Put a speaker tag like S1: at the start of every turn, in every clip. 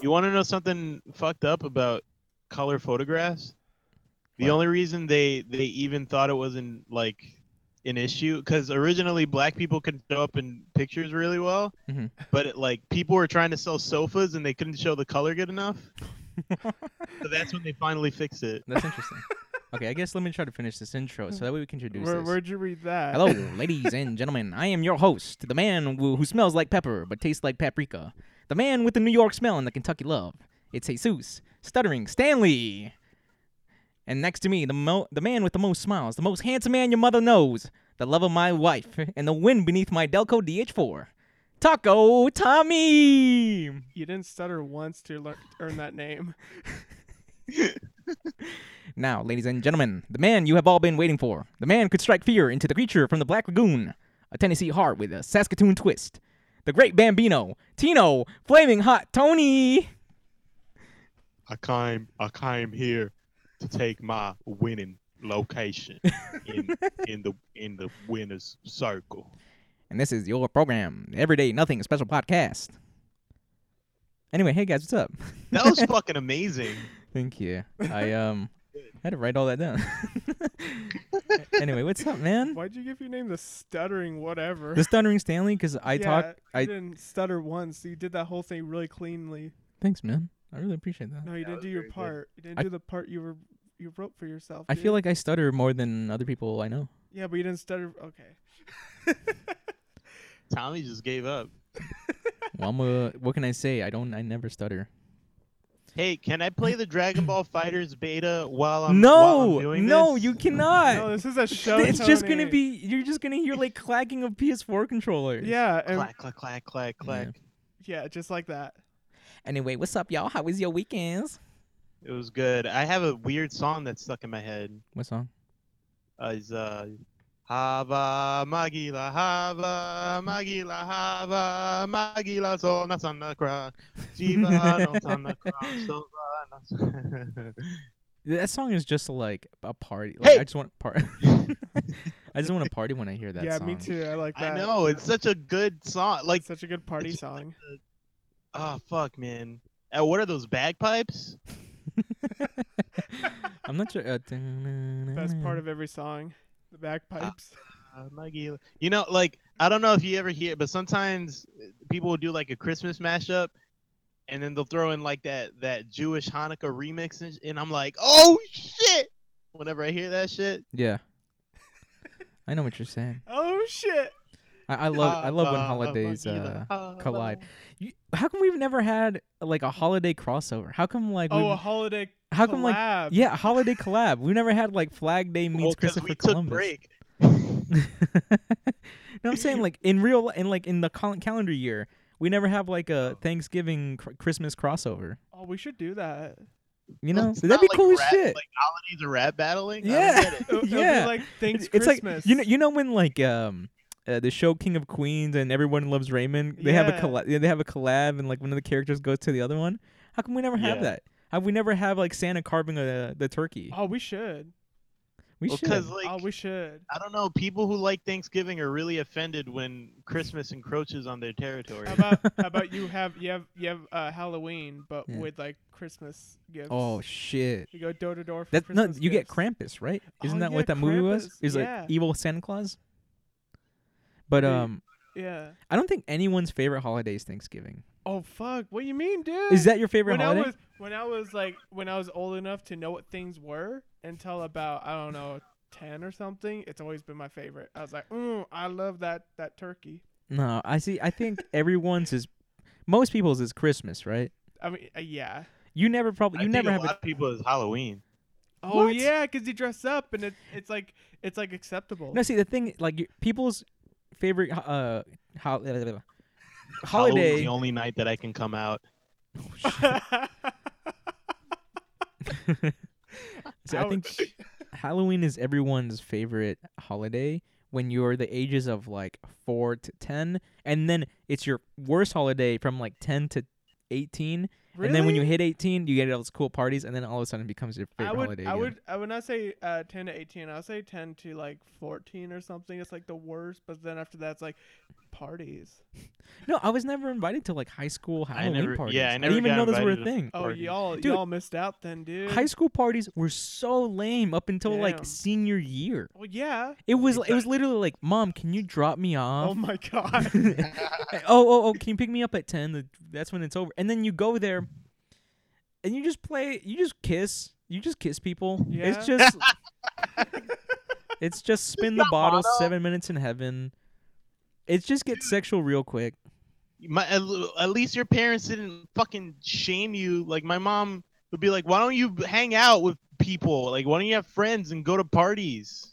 S1: You want to know something fucked up about color photographs? The only reason they they even thought it wasn't like an issue because originally black people could show up in pictures really well,
S2: Mhm.
S1: but it, like people were trying to sell sofas and they couldn't show the color good enough. so that's when they finally fixed it.
S2: That's interesting. okay, I guess let me try to finish this intro so that way we can introduce
S3: Where,
S2: this.
S3: where'd you read that?
S2: Hello, ladies and gentlemen. I am your host, the man who, who smells like pepper but tastes like paprika, the man with the New York smell and the Kentucky love. It's Jesus, stuttering Stanley. And next to me, the mo- the man with the most smiles, the most handsome man your mother knows, the love of my wife, and the wind beneath my Delco DH4, Taco Tommy.
S3: You didn't stutter once to learn, earn that name.
S2: Now, ladies and gentlemen, the man you have all been waiting for, the man could strike fear into the creature from the Black Lagoon, a Tennessee heart with a Saskatoon twist, the great Bambino, Tino, flaming hot Tony.
S1: I came I came here to take my winning location in in the in the winner's circle.
S2: And this is your program, the Everyday Nothing Special Podcast. Anyway, hey guys, what's up?
S1: That was fucking amazing.
S2: Thank you. I um had to write all that down. anyway, what's up, man?
S3: Why'd you give your name the stuttering whatever?
S2: The Stuttering Stanley, because I
S3: yeah,
S2: talk.
S3: You
S2: I
S3: didn't stutter once. You did that whole thing really cleanly.
S2: thanks, man. I really appreciate that.
S3: No, you
S1: That
S3: didn't
S1: was
S3: do your
S1: very good.
S3: part. You didn't
S2: I-
S3: do the part you were you wrote for yourself.
S2: I
S3: dude.
S2: feel like I stutter more than other people I know.
S3: yeah, but you didn't stutter. Okay.
S1: Tommy just gave up.
S2: Well, I'm a, what can I say? I don't. I never stutter.
S1: Hey, can I play the Dragon Ball Fighters beta while I'm while I'm
S2: no,
S1: doing
S2: no,
S1: this?
S2: you cannot.
S3: No, this is a show.
S2: it's just gonna
S3: Tony.
S2: be. You're just gonna hear like clacking of PS4 controllers.
S3: Yeah, and-
S1: clack clack clack clack clack.
S3: yeah, just like that.
S2: Anyway, what's up, y'all? How was your weekends?
S1: It was good. I have a weird song that's stuck in my head.
S2: What song?
S1: Uh, it's uh, Hava Magila Hava Magila Hava Magila So Nasanakra Jiva Nasanakra Sova
S2: That song is just like a party. Like,
S1: Hey!
S2: I just want part. I just want to party when I hear that
S3: yeah,
S2: song.
S3: me too. I like
S1: I
S3: that.
S1: know it's such a good song. Like,
S3: Such a good party
S1: it's just
S3: song.
S1: oh fuck, man. Uh, what are those bagpipes?
S2: I'm not sure. Uh,
S3: Best part of every song, the bagpipes.
S2: Ah.
S1: Uh, Maggie, you know, like I don't know if you ever hear, but sometimes uh, people will do like a Christmas mashup, and then they'll throw in like that that Jewish Hanukkah remix, and, and I'm like, oh shit! Whenever I hear that shit,
S2: Yeah. I know what you're saying.
S3: Oh shit!
S2: I, I love. I love when
S1: Hava
S2: holidays. Uh,
S1: Magila, Hava.
S2: collide. You, how come we've never had like a holiday crossover? How come like
S3: Oh,
S2: we've-
S3: a holiday
S2: how come like
S3: collab.
S2: yeah, a holiday collab? We've never had like Flag Day meets
S1: Well, 'cause
S2: Christopher
S1: we
S2: Columbus.
S1: took break.
S2: no, I'm saying like in real li- in like in the cal- calendar year, we never have like a
S1: Oh.
S2: Thanksgiving cr- Christmas crossover.
S3: Oh, we should do that.
S2: You know,
S1: It's
S2: that'd
S1: not
S2: be
S1: like
S2: cool as
S1: rap-
S2: shit.
S1: Like holidays are rap battling. I don't
S2: Yeah.
S1: get it.
S3: It'll- it'll be
S2: Yeah.
S3: like
S2: It's-
S3: thanks
S2: it's
S3: Christmas.
S2: like you know you know when like um. Uh, the show King of Queens and Everyone Loves Raymond. They have a
S3: Yeah.
S2: colla- they have a collab and like one of the characters goes to the other one. How come we never have
S1: Yeah.
S2: that? How we never have like Santa carving a, the turkey?
S3: oh, we should.
S2: We should.
S1: Because like
S3: oh, we should.
S1: I don't know, people who like Thanksgiving are really offended when Christmas encroaches on their territory.
S3: How about how about you have you have you have uh, Halloween, but
S2: Yeah.
S3: with like Christmas gifts.
S2: Oh shit.
S3: you go door to door for
S2: That no,
S3: Christmas.
S2: you get
S3: gifts.
S2: Krampus, right? Isn't
S3: Oh,
S2: that
S3: yeah,
S2: what that movie was?
S3: Krampus,
S2: Is
S3: yeah.
S2: like evil Santa Claus. But
S3: Dude.
S2: um,
S3: Yeah.
S2: I don't think anyone's favorite holiday is Thanksgiving.
S3: Oh fuck! What you mean, dude?
S2: Is that your favorite
S3: when
S2: holiday?
S3: I was when I was like when I was old enough to know what things were until about I don't know ten or something. It's always been my favorite. I was like, mm, I love that that turkey.
S2: no, I see. I think everyone's is, most people's is Christmas, right?
S3: I mean, uh, yeah.
S2: You never probably
S1: I
S2: you
S1: think
S2: never
S1: a
S2: have
S1: lot
S2: a,
S1: of people is Halloween.
S3: Oh
S2: What?
S3: yeah, because you dress up and it, it's like it's like acceptable.
S2: no. See the thing, like your- people's favorite uh ho- holiday.
S1: Halloween's the only night that I can come out.
S2: So I think
S3: Ouch.
S2: Halloween is everyone's favorite holiday when you're the ages of like 4 to 10 and then it's your worst holiday from like 10 to 18
S3: Really?
S2: And then when you hit 18, you get all those cool parties, and then all of a sudden it becomes your favorite
S3: I would,
S2: holiday.
S3: I
S2: again.
S3: would, I would not say uh, ten to eighteen. I would say ten to like fourteen or something. It's like the worst. But then after that, it's like parties.
S2: No, I was never invited to like high school Halloween
S1: never-
S2: parties.
S1: yeah, I
S2: I
S1: never
S2: didn't even
S1: got
S2: know those were a
S1: invited to
S2: thing.
S3: Oh,
S1: Parties.
S3: y'all,
S2: Dude.
S3: y'all missed out then, dude.
S2: High school parties were so lame up until
S3: Damn.
S2: like senior year.
S3: well, yeah.
S2: It was it was literally like, "Mom, can you drop me
S3: Oh
S2: off?"
S3: my
S2: oh,
S3: god.
S2: oh, oh, can you pick me up at 10? The- That's when it's over. And then you go there and you just play, you just kiss. You just kiss people. It's
S3: Yeah.
S2: just it's just spin the
S1: got
S2: bottle,
S1: mono.
S2: 7 minutes in heaven. It just gets sexual real quick.
S1: my at l- at least your parents didn't fucking shame you. Like my mom would be like, "Why don't you hang out with people? Like, why don't you have friends and go to parties?"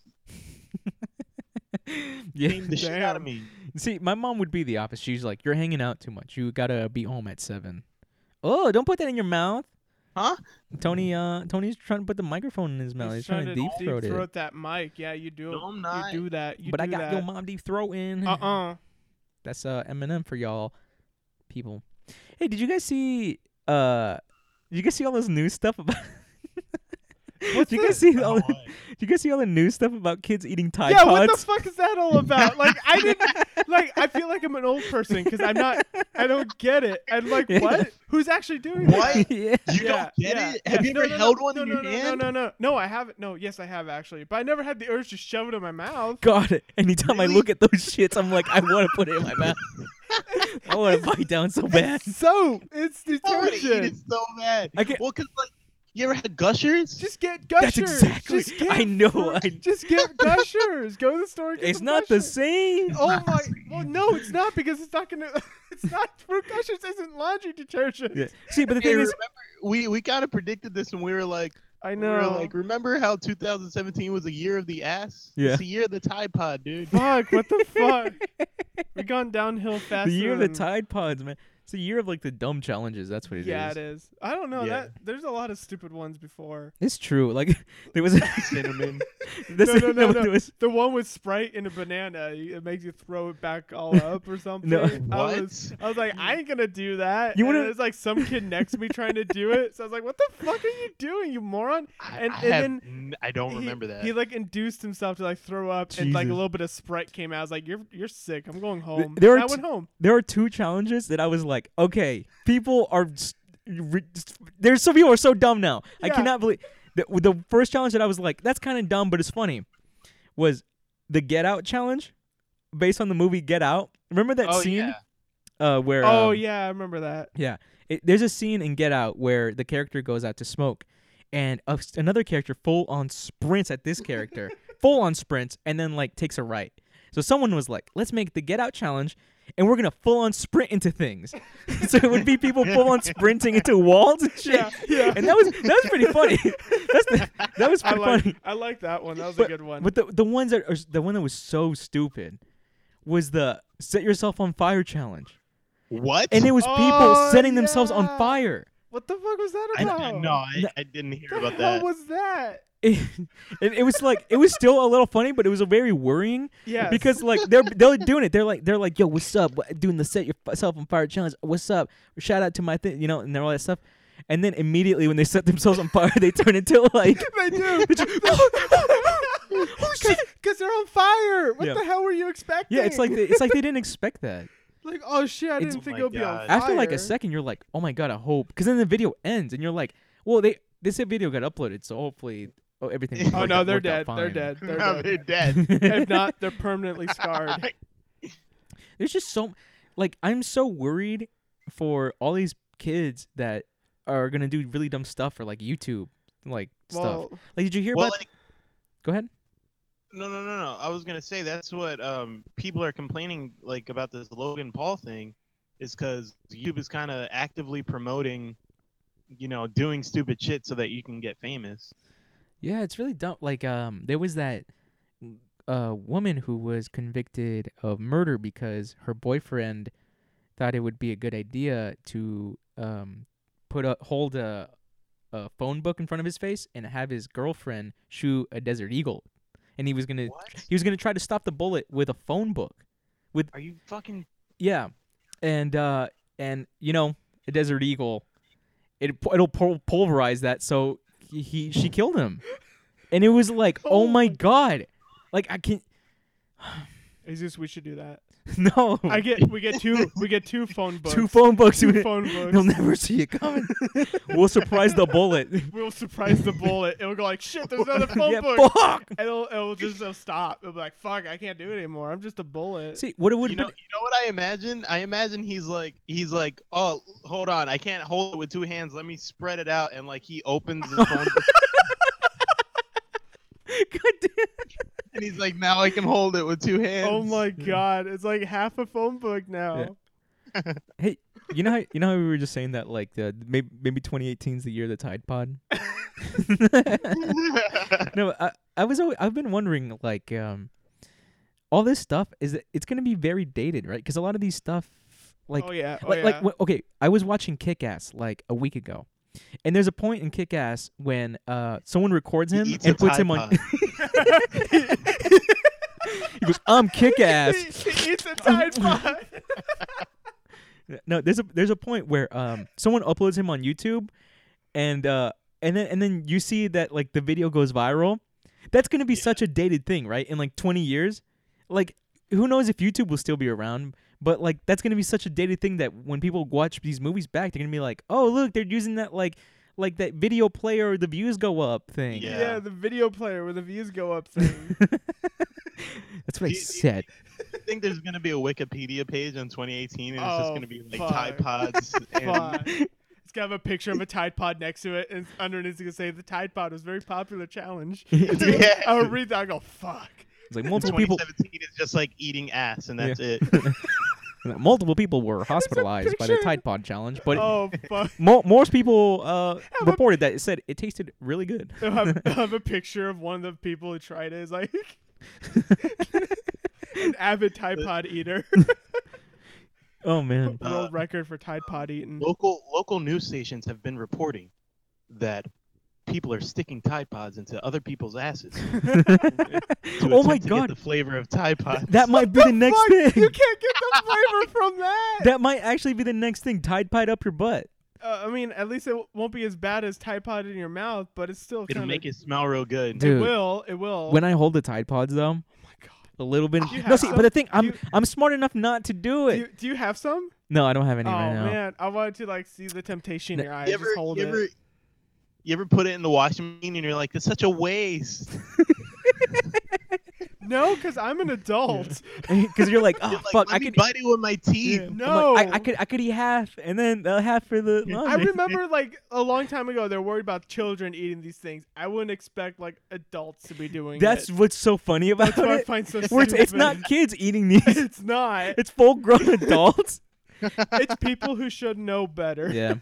S2: yeah.
S1: Shame the shit out of
S3: Damn.
S1: me.
S2: See, my mom would be the opposite. She's like, "You're hanging out too much. You got to be home at 7." Oh, don't put that in your mouth.
S1: Huh?
S2: Tony uh Tony's trying to put the microphone in his mouth. He's,
S3: He's
S2: trying, to deep throat it.
S3: throat that mic. Yeah, you do.
S1: No, I'm
S3: you
S1: not.
S3: do that. You
S2: but
S3: do
S2: I got
S3: that.
S2: your mom deep throating.
S3: Uh uh
S2: That's uh Eminem for y'all people. Hey, did you guys see uh did you guys see all this new stuff about
S3: What's
S2: Did you guys
S3: this?
S2: see all
S1: Oh,
S2: did you guys see all the new stuff about kids eating Tide
S3: Yeah, what the
S2: Pods?
S3: fuck is that all about? Like, I didn't. Like, I feel like I'm an old person because I'm not. I don't get it. I'm like,
S2: Yeah.
S3: what? Who's actually doing
S1: What?
S3: that?
S2: yeah.
S1: You
S3: Yeah,
S1: don't get
S3: yeah,
S1: it? Have
S3: yeah.
S1: you
S3: No,
S1: ever
S3: no, no,
S1: held one
S3: no,
S1: in
S3: no,
S1: your
S3: no,
S1: hand?
S3: No, no, no, no. I haven't. No, yes, I have actually, but I never had the urge to shove it in my mouth.
S2: God, anytime I
S1: Really?
S2: look at those shits, I'm like, I want to put it in my mouth. I want to bite down so bad.
S3: It's soap. It's
S1: I would eat it
S3: detergent.
S1: so bad.
S2: I get,
S1: Well, cause like, you ever had gushers?
S3: Just get
S2: that's
S3: gushers.
S2: exactly.
S3: Just get,
S2: I know. I,
S3: Just get gushers. Go to the store. And get
S2: it's
S3: some
S2: not the
S3: gushers.
S2: same.
S3: Oh my! Well, no, it's not because it's not gonna. It's not fruit gushers. Isn't laundry detergent.
S2: Yeah. See, but the
S1: Hey,
S2: thing is,
S1: remember, we we kind of predicted this when we were like,
S3: I
S1: we were
S3: know.
S1: like, remember how 2017 was a year of the ass?
S2: Yeah.
S1: It's the year of the Tide Pod, dude.
S3: fuck! What the fuck? We've gone downhill faster.
S2: the year of the
S3: than-
S2: Tide Pods, man. It's the year of like the dumb challenges. That's what it is.
S3: Yeah, it is. I don't know.
S1: Yeah.
S3: That there's a lot of stupid ones before.
S2: It's true. Like there was
S1: Cinnamon.
S2: this
S3: No, no, no,
S2: there
S3: no.
S2: was
S3: The one with Sprite and a banana, it makes you throw it back all up or something. I
S1: What?
S3: was, I was like, I ain't gonna do that.
S2: You
S3: You want
S2: wanna-
S3: It's like some kid next to me trying to do it. So I was like, what the fuck are you doing, you moron?
S1: I,
S3: And-
S1: I,
S3: and
S1: have
S3: then
S1: n- I don't
S3: He-
S1: remember that.
S3: He like induced himself to like throw up, and like a
S2: Jesus.
S3: little bit of Sprite came out. I was like, you're you're sick. I'm going home.
S2: there
S3: And
S2: are
S3: I
S2: t-
S3: went home.
S2: there are two challenges that I was like, okay, people are s- re- s- there's some people are so dumb now. I
S3: Yeah.
S2: cannot believe the, the first challenge that I was like, that's kind of dumb, but it's funny. Was the Get Out challenge based on the movie Get Out? Remember that
S1: oh,
S2: scene
S1: yeah.
S2: uh, where
S3: Oh
S2: um,
S3: yeah, I remember that.
S2: It, there's a scene in Get Out where the character goes out to smoke, and a, another character full on sprints at this character, full on sprints, and then like takes a right. So someone was like, "Let's make the Get Out challenge, and we're gonna full on sprint into things." so it would be people full on sprinting into walls and shit.
S3: Yeah, yeah.
S2: And that was that was pretty funny. That's the, that was
S3: I
S2: pretty funny.
S3: like I like that one. That was a good one.
S2: But the the ones that are the one that was so stupid was the set yourself on fire challenge,
S1: What?
S2: and it was people
S3: Oh,
S2: setting themselves on
S3: yeah.
S2: fire.
S3: what the fuck was that
S1: I,
S3: about?
S1: I, no, I,
S2: No.
S1: I didn't hear
S3: What
S1: about
S3: the hell
S1: that.
S3: was that?
S2: it, it, it was like it was still a little funny, but it was a very worrying
S3: Yeah.
S2: because like they're they're doing it. They're like they're like, yo, what's up? What- Doing the set yourself on fire challenge. What's up? Shout out to my thing, you know, and all that stuff. And then immediately when they set themselves on fire, they turn into like
S3: they do. Because they're on fire. What
S2: Yeah.
S3: the hell were you expecting?
S2: yeah, it's like they, it's like they didn't expect that.
S3: like oh shit, I
S2: It's-
S3: didn't
S1: Oh
S3: think
S1: my
S3: it'll be on
S1: God.
S3: fire.
S2: After like a second, you're like, oh my god, I hope. Because then the video ends, and you're like, well, they this video got uploaded, so hopefully oh, everything.
S3: Oh
S2: worked
S3: no,
S2: out-
S3: they're
S2: worked out
S3: dead. They're
S2: fine.
S3: dead. They're
S1: No,
S3: dead.
S1: they're dead.
S3: if not, they're permanently scarred.
S2: There's just so like I'm so worried for all these kids that are gonna do really dumb stuff for like YouTube like stuff.
S3: Well,
S2: Like did you hear
S1: well,
S2: about
S1: like,
S2: Go ahead.
S1: no, no, no, no. I was gonna say that's what um people are complaining like about this Logan Paul thing, is because YouTube is kind of actively promoting, you know, doing stupid shit so that you can get famous.
S2: Yeah, it's really dumb. Like um there was that uh woman who was convicted of murder because her boyfriend thought it would be a good idea to um put a hold a a phone book in front of his face and have his girlfriend shoot a desert eagle. And he was going to
S1: What?
S2: he was going to try to stop the bullet with a phone book.
S1: Are you fucking?
S2: Yeah, and uh, and you know, a desert eagle it pu- it'll pul- pulverize that. So he, he she killed him, and it was like, oh my god, like I can't.
S3: Jesus, we should do that.
S2: No,
S3: I get we get two we get two phone books.
S2: two phone books.
S3: Two
S2: with it.
S3: phone
S2: They'll
S3: books.
S2: never see it coming. we'll surprise the bullet.
S3: We'll surprise the bullet. It'll go like shit. There's another phone
S2: yeah,
S3: book.
S2: fuck.
S3: And it'll it'll just it'll stop. It'll be like fuck. I can't do it anymore. I'm just a bullet.
S2: See what it would
S1: You know, you know what I imagine? I imagine he's like, he's like, oh, hold on, I can't hold it with two hands. Let me spread it out, and like he opens the phone book,
S2: God damn.
S1: and he's like, now I can hold it with two hands.
S3: Oh my god, it's like half a phone book now.
S2: Yeah. You know how you know how we were just saying that like the maybe maybe 2018 is the year of the Tide Pod. no, I I was always, I've been wondering like um all this stuff is it's gonna be very dated right because a lot of these stuff like
S3: oh yeah, oh
S2: like,
S3: yeah.
S2: like wh- okay i was watching kick-ass like a week ago and there's a point in kick-ass when uh, someone records
S1: He
S2: him
S1: eats a
S2: and puts
S1: Tide
S2: him on
S1: Pod.
S2: he goes i'm kick-ass
S3: it's a Tide Pod.
S2: no there's a there's a point where um someone uploads him on youtube and uh and then and then you see that like the video goes viral that's gonna be such a dated thing right in like 20 years like who knows if youtube will still be around but like that's gonna be such a dated thing that when people watch these movies back they're gonna be like oh look they're using that like like that video player the views go up thing
S1: Yeah.
S3: Yeah. the video player where the views go up thing.
S2: that's what i
S1: Do you-
S2: said
S1: I think there's gonna be a Wikipedia page on 2018, and it's just
S3: Oh,
S1: gonna be like
S3: fuck.
S1: Tide Pods.
S3: Fine.
S1: and
S3: It's gonna have a picture of a Tide Pod next to it, and underneath it's gonna say the Tide Pod was a very popular challenge.
S1: Yeah.
S3: I would read that. I go, fuck.
S2: it's like multiple people
S1: 2017 is just like eating ass, and
S2: Yeah.
S1: that's it.
S2: multiple people were hospitalized by the
S3: picture.
S2: tide pod challenge but
S3: oh fuck.
S2: Mo- most people uh,
S3: a-
S2: reported that it said it tasted really good.
S3: They'll have, they'll have a picture of one of the people who tried it. Is like an avid Tide
S1: Uh,
S3: Pod eater.
S2: oh man,
S3: World record for Tide Pod eating.
S1: local local news stations have been reporting that people are sticking Tide Pods into other people's asses. to
S2: Oh my
S1: attempt to get
S2: God.
S1: the flavor of Tide Pods.
S2: that might be the next
S3: Fuck,
S2: thing.
S3: You can't get the flavor from that.
S2: That might actually be the next thing. Tide Pied up your butt.
S3: Uh, I mean, at least it w- won't be as bad as Tide Pod in your mouth, but it's still
S1: It'll
S3: kinda-
S1: make it smell real good.
S2: Dude.
S3: It will. It will.
S2: When I hold the Tide Pods though,
S3: oh my god.
S2: a little bit.
S3: You
S2: No,
S3: have
S2: see,
S3: some-
S2: but the thing, I'm
S3: you-
S2: I'm smart enough not to do
S3: Do
S2: it.
S3: you, do you have some?
S2: no, I don't have any
S3: oh
S2: right now.
S3: man, I wanted to like see the temptation in your eyes.
S1: You ever,
S3: Just hold
S1: you,
S3: it.
S1: ever, you ever put it in the washing machine and you're like, "That's such a waste."
S3: No, because I'm an adult.
S2: Because you're like, oh
S1: You're like,
S2: fuck,
S1: Let
S2: I
S1: me
S2: could.
S1: bite it with my teeth.
S2: I'm like,
S3: No,
S2: I, I could I could eat half and then the half for the
S1: I
S2: laundry.
S3: I remember like a long time ago they're worried about children eating these things. I wouldn't expect like adults to be doing.
S2: That's
S3: it.
S2: what's so funny about
S3: that's what I
S2: it.
S3: find so
S2: Where
S3: stupid.
S2: it's, it's not kids eating these.
S3: It's not.
S2: It's full grown adults.
S3: It's people who should know better.
S2: Yeah.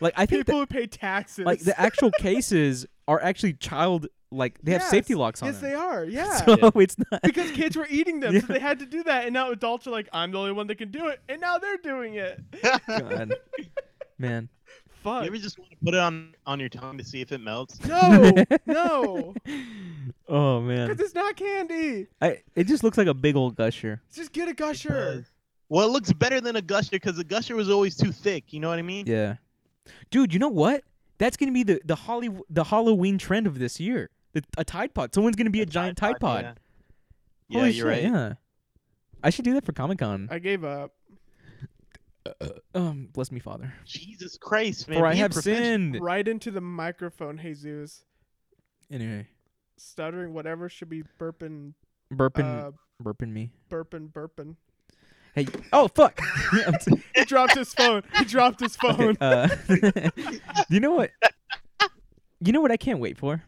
S2: Like I think
S3: People
S2: that,
S3: who pay taxes.
S2: like the actual cases are actually child like they have safety
S3: Yes.
S2: locks on
S3: Yes,
S2: them.
S3: they are. Yeah.
S2: So it's not
S3: because kids were eating them,
S2: Yeah.
S3: so they had to do that. And now adults are like, I'm the only one that can do it, and now they're doing it.
S2: God. Man.
S3: Fuck.
S1: You ever just want to put it on on your tongue to see if it melts?
S3: No, no,
S2: Oh man.
S3: because it's not candy.
S2: I it just looks like a big old gusher.
S3: Just get a gusher.
S1: Well, it looks better than a gusher because a gusher was always too thick. You know what I mean?
S2: Yeah. Dude, you know what? That's gonna be the the Holly the Halloween trend of this year. The, a Tide Pod. Someone's gonna be a, giant Tide, Pod.
S1: Yeah, yeah
S2: Holy
S1: you're
S2: shit,
S1: right.
S2: Yeah. I should do that for Comic Con.
S3: I gave up.
S2: Um, bless me, Father.
S1: Jesus Christ, man.
S2: for I
S1: be a
S2: have
S1: professional.
S2: sinned.
S3: Right into the microphone, Jesus.
S2: Anyway,
S3: Stuttering, whatever should be burping,
S2: burping,
S3: uh,
S2: burping me.
S3: burping, burping.
S2: Hey, oh fuck! I'm s-
S3: He dropped his phone. He dropped his phone.
S2: Okay, uh, you know what? You know what I can't wait for?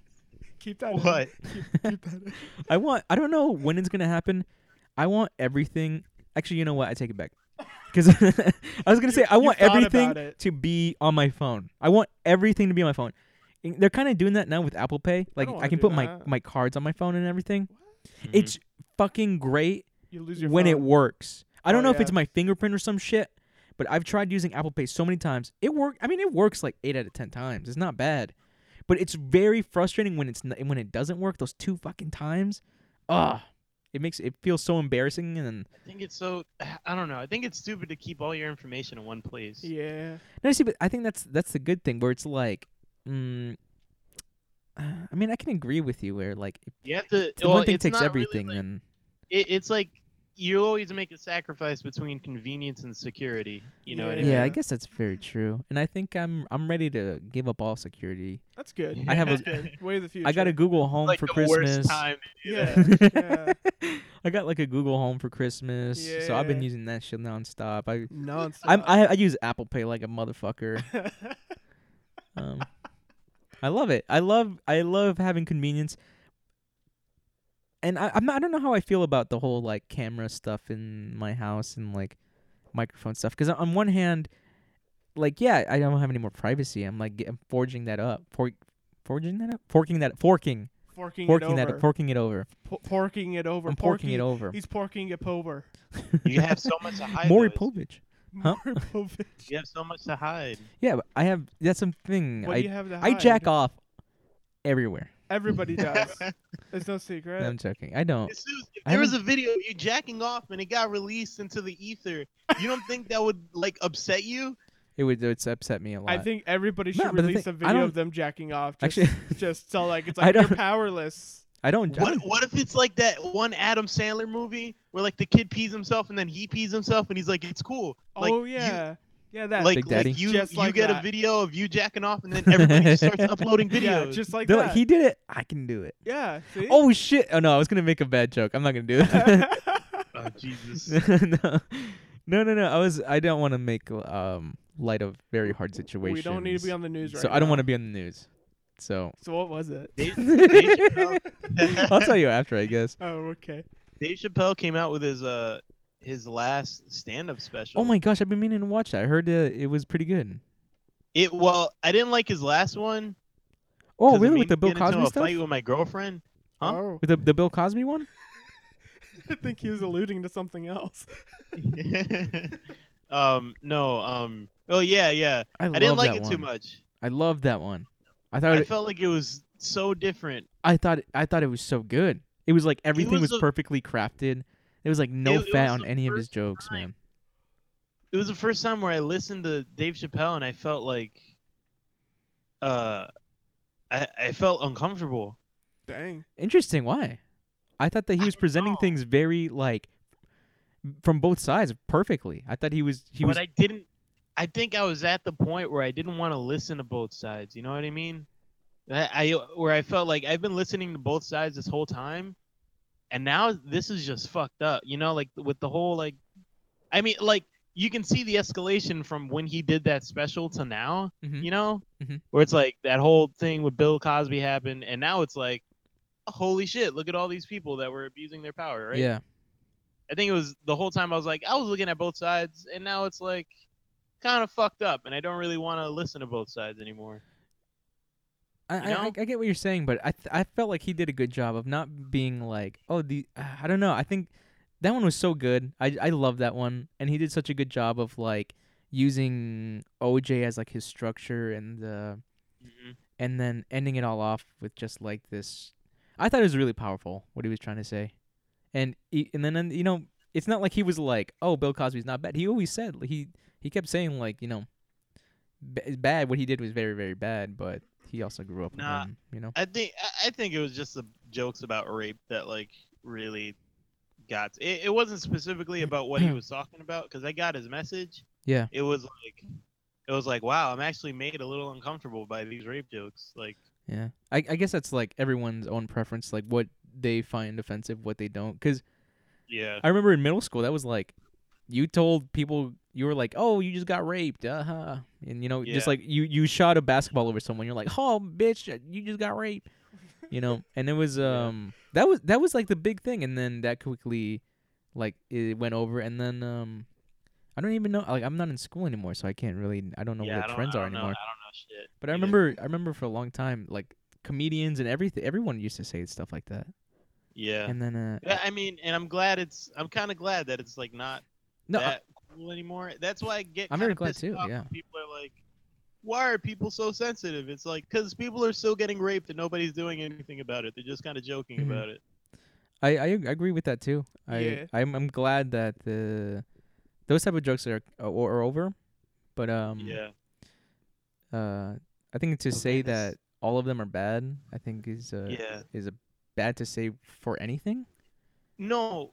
S3: Keep that. in.
S1: What?
S3: Keep, keep that in.
S2: I want. I don't know when it's gonna happen. I want everything. Actually, you know what? I take it back. Because I was gonna say I
S3: you
S2: want
S3: thought
S2: everything
S3: about it.
S2: to be on my phone. I want everything to be on my phone. And They're kind of doing that now with Apple Pay. Like
S3: don't
S2: I,
S3: wanna
S2: can
S3: do
S2: put my
S3: that. Mm-hmm.
S2: my cards on my phone and everything.
S1: Mhm.
S2: It's fucking great
S3: You lose your
S2: when it
S3: phone.
S2: works. I don't know
S3: Oh,
S2: if
S3: yeah.
S2: it's my fingerprint or some shit, but I've tried using Apple Pay so many times. It work. I mean, it works like eight out of ten times. It's not bad, but it's very frustrating when it's n- when it doesn't work those two fucking times. Ugh. It makes it feels so embarrassing, and then
S1: I think it's so. I don't know. I think it's stupid to keep all your information in one place.
S3: Yeah.
S2: no, see, but I think that's that's the good thing where it's like, mm, I mean, I can agree with you where like if
S1: You have to.
S2: the
S1: well,
S2: one thing
S1: it's
S2: takes
S1: not really,
S2: everything,
S1: like-
S2: and
S1: it, it's like you always make a sacrifice between convenience and security. You know what I
S3: Yeah.
S1: mean?
S2: yeah, I guess that's very true. And I think I'm I'm ready to give up all security.
S3: That's good.
S2: I have a-
S3: That's good. Way of the future.
S2: I got a Google Home
S1: like
S2: for
S1: the
S2: Christmas.
S1: worst time.
S3: Yeah. yeah.
S2: I got like a Google Home for Christmas, so I've been
S3: Yeah.
S2: using that shit nonstop. I
S3: Nonstop.
S2: I'm, I I use Apple Pay like a motherfucker. Um, I love it. I love I love having convenience. And I I'm not, I don't know how I feel about the whole like camera stuff in my house and like microphone stuff because on one hand, like yeah, I don't have any more privacy. I'm like I'm forging that up, for, forging that up, forking that forking,
S3: forking,
S2: forking
S3: it
S2: that
S3: over.
S2: up, forking it over.
S3: Po- porking it over.
S2: I'm forking it
S3: Porking-
S2: over.
S3: He's porking it over.
S1: You have so much to hide.
S2: Maury
S1: though.
S2: Povich. Huh?
S3: More COVID.
S1: You have so much to hide.
S2: Yeah, but I have. That's something.
S3: What
S2: I
S3: do you have to
S2: I
S3: hide?
S2: jack off everywhere.
S3: Everybody does. There's no secret.
S2: No, I'm joking. I don't.
S1: As soon as- if
S2: I
S1: there was a video of you jacking off and it got released into the ether, you don't think that would like upset you?
S2: It would. It's upset me a lot.
S3: I think everybody should
S2: No, but the
S3: release
S2: thing-
S3: a
S2: I
S3: video
S2: don't-
S3: of them jacking off. Just,
S2: Actually,
S3: just so like it's
S2: I
S3: like you're
S2: don't-
S3: powerless.
S2: I don't. I
S1: What
S2: don't-
S1: what if it's like that one Adam Sandler movie where like the kid pees himself and then he pees himself and he's like it's cool. Like,
S3: oh
S1: you-
S3: yeah, yeah that.
S1: like,
S2: Big
S1: like
S2: Daddy.
S1: you
S3: Just
S1: you
S3: like
S1: get
S3: that.
S1: a video of you jacking off and then everybody just starts uploading videos.
S3: yeah, just like
S2: they're
S3: that.
S2: like, he did it. I can do it.
S3: yeah. See?
S2: Oh shit! Oh no, I was gonna make a bad joke. I'm not gonna do it.
S1: oh Jesus.
S2: no, no, no, no. I was. I don't want to make um light of very hard situations.
S3: we don't need to be on the news right
S2: So I don't
S3: now.
S2: want to be on the news. So
S3: So what was it?
S1: Dave, Dave Chappelle,
S2: I'll tell you after, I guess.
S3: Oh okay.
S1: Dave Chappelle came out with his uh his last stand up special.
S2: Oh my gosh, I've been meaning to watch that. I heard uh, it was pretty good.
S1: It well, I didn't like his last one.
S2: Oh
S1: 'cause it
S2: really?
S1: made
S2: With the
S1: me
S2: Bill
S1: get into
S2: Cosby
S1: a
S2: stuff?
S1: Fight with my girlfriend. Huh?
S3: Oh,
S2: With the, the Bill Cosby one?
S3: I think he was alluding to something else.
S1: um, no. Um. Oh yeah, yeah.
S2: I,
S1: I didn't
S2: love
S1: like
S2: that
S1: it
S2: one.
S1: too much.
S2: I love that one. I thought
S1: I
S2: it,
S1: felt like it was so different.
S2: I thought it- I thought it was so good. It was like everything
S1: was
S2: was,
S1: the-
S2: perfectly crafted. There was like no
S1: It- it
S2: fat
S1: was
S2: on
S1: the
S2: any of his
S1: first
S2: jokes,
S1: time.
S2: man.
S1: It was the first time where I listened to Dave Chappelle and I felt like, uh, I I felt uncomfortable.
S3: Dang.
S2: Interesting. Why? I thought that he
S1: I
S2: was
S1: don't
S2: presenting
S1: know.
S2: things very like from both sides perfectly. I thought he was he
S1: but
S2: was
S1: I didn't. I think I was at the point where I didn't want to listen to both sides. You know what I mean? I, I where I felt like I've been listening to both sides this whole time, and now this is just fucked up. You know, like with the whole like, I mean, like you can see the escalation from when he did that special to now.
S2: Mhm.
S1: You know,
S2: Mhm.
S1: where it's like that whole thing with Bill Cosby happened, and now it's like, holy shit! Look at all these people that were abusing their power, right?
S2: yeah.
S1: I think it was the whole time I was like, I was looking at both sides, and now it's like kind of fucked up, and I don't really want to listen to both sides anymore.
S2: I,
S1: you
S2: I, I
S1: know?
S2: I get what you're saying, but I th- I felt like he did a good job of not being like, oh, the I don't know. I think that one was so good. I I love that one, and he did such a good job of like using OJ as like his structure and uh, and then ending it all off with just like this. I thought it was really powerful what he was trying to say, and he, and then and, you know it's not like he was like, oh, Bill Cosby's not bad. He always said like, he he kept saying like you know, b- bad. What he did was very very bad, but he also grew up. with
S1: Nah.
S2: him, you know.
S1: I think I- I think it was just the jokes about rape that like really got. It, it wasn't specifically about what he was talking about because I got his message.
S2: Yeah.
S1: It was like it was like wow, I'm actually made a little uncomfortable by these rape jokes. Like
S2: Yeah, I, I guess that's like everyone's own preference, like what they find offensive, what they don't. Because
S1: yeah,
S2: I remember in middle school, that was like, you told people you were like, oh, you just got raped, uh huh, and you know, just
S1: Yeah.
S2: like you you shot a basketball over someone, you're like, oh, bitch, you just got raped, you know. And it was
S1: Yeah.
S2: um that was that was like the big thing, and then that quickly, like it went over, and then um. I don't even know. Like, I'm not in school anymore, so I can't really. I don't know
S1: yeah. I
S2: what
S1: don't,
S2: trends
S1: I
S2: are
S1: don't know.
S2: anymore.
S1: I don't know shit.
S2: But I
S1: either.
S2: remember, I remember for a long time, like comedians and everything, everyone used to say stuff like that.
S1: Yeah.
S2: And then, uh,
S1: yeah. I mean, and I'm glad it's. I'm kind of glad that it's like not
S2: no, I-
S1: that cool anymore. That's why I get.
S2: I'm very
S1: kinda
S2: glad
S1: pissed
S2: too,
S1: off when
S2: yeah.
S1: People are like, why are people so sensitive? It's like because people are still getting raped and nobody's doing anything about it. They're just kind of joking
S2: Mhm.
S1: about it.
S2: I, I ag- I agree with that too. I
S3: Yeah.
S2: I'm I'm glad that the those type of jokes are are, are over, but um
S1: yeah.
S2: uh I think to say
S1: Okay, that's-
S2: that all of them are bad, I think is uh,
S1: Yeah.
S2: is a bad to say for anything.
S1: No.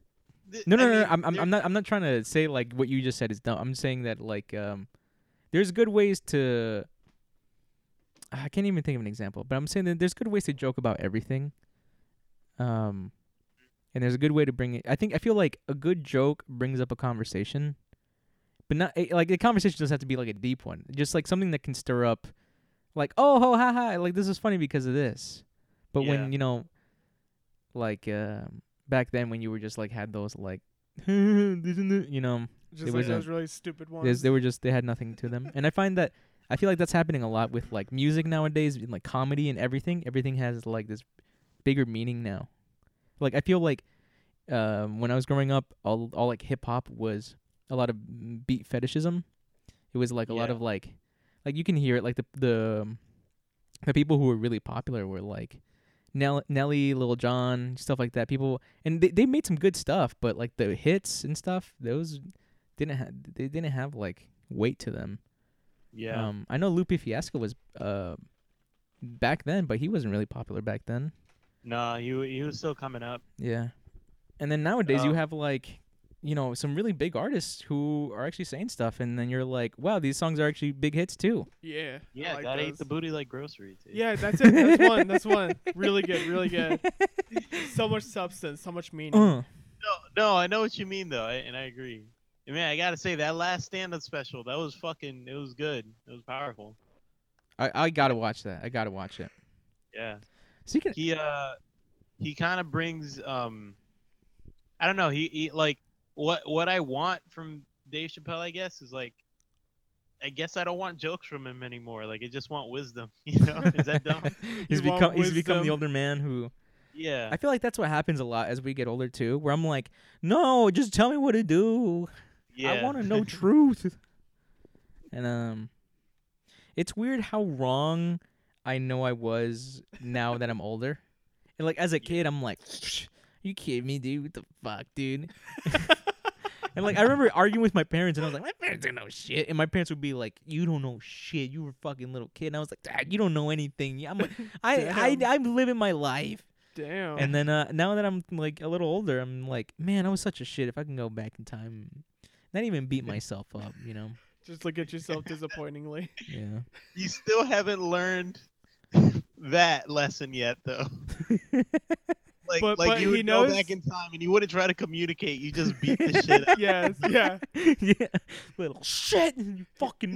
S1: th-
S2: No,
S1: I
S2: no, no, no,
S1: mean,
S2: I'm, I'm,
S1: there-
S2: I'm not. I'm not trying to say like what you just said is dumb. I'm saying that like, um, there's good ways to. I can't even think of an example, but I'm saying that there's good ways to joke about everything. Um, and there's a good way to bring it. I think I feel like a good joke brings up a conversation, but not it, like the conversation doesn't have to be like a deep one. Just like something that can stir up, like oh ho ha ha, like this is funny because of this. But
S1: Yeah.
S2: when you know, like um, back then when you were just like had those like isn't it you know
S3: Just
S2: It
S3: like
S2: was
S3: those
S2: a-
S3: really stupid
S2: there's-
S3: ones.
S2: they were just they had nothing to them and i find that i feel like that's happening a lot with like music nowadays and like comedy and everything everything has like this bigger meaning now like i feel like um when i was growing up all all like hip hop was a lot of mm, beat fetishism it was like a lot
S1: Yeah.
S2: of like like you can hear it like the the um, the people who were really popular were like Nell- Nelly, Lil Jon, stuff like that. People and they, they made some good stuff, but like the hits and stuff, those didn't have they didn't have like weight to them.
S1: Yeah.
S2: Um, I know Lupe Fiasco was uh back then, but he wasn't really popular back then.
S1: Nah, he he was still coming up.
S2: Yeah. And then nowadays you
S1: Um,
S2: have like you know some really big artists who are actually saying stuff, and then you're like, wow, these songs are actually big hits too.
S3: yeah. I
S1: Yeah,
S3: like
S1: that ate the
S3: those.
S1: booty like grocery. Dude.
S3: Yeah, that's it. That's one. That's one. Really good. Really good. So much substance. So much meaning.
S2: Uh,
S1: No, no, I know what you mean though, I- and I agree. I mean, I gotta say that last stand-up special, that was fucking, it was good. It was powerful.
S2: I I gotta watch that. I gotta watch it.
S1: Yeah.
S2: So you can
S1: he uh he kind of brings um i don't know he, he like what what i want from dave chappelle i guess is like i guess i don't want jokes from him anymore like i just want wisdom you know is that dumb
S2: he's
S3: You want
S2: become he's become the
S3: wisdom.
S2: older man who
S1: yeah
S2: I feel like that's what happens a lot as we get older too, where I'm like, no, just tell me what to do.
S1: yeah
S2: I want to know truth. And um, it's weird how wrong I know I was now that I'm older. And like as a kid, I'm like, you kidding me, dude? What the fuck, dude? and like I remember arguing with my parents, and I was like, my parents don't know shit. And my parents would be like, you don't know shit. You were a fucking little kid. And I was like, Dad, you don't know anything. I'm like, I, I
S3: Damn.
S2: I'm living my life.
S3: Damn.
S2: And then uh, now that I'm like a little older, I'm like, man, I was such a shit. If I can go back in time, and not even beat myself up, you know?
S3: Just look at yourself disappointingly.
S2: Yeah.
S1: you still haven't learned that lesson yet though like,
S3: But-
S1: like
S3: but
S1: you would
S3: he
S1: go back
S3: knows-
S1: in time and you wouldn't try to communicate you just beat the shit out
S3: yes. Yeah.
S2: yeah. Little shit, you fucking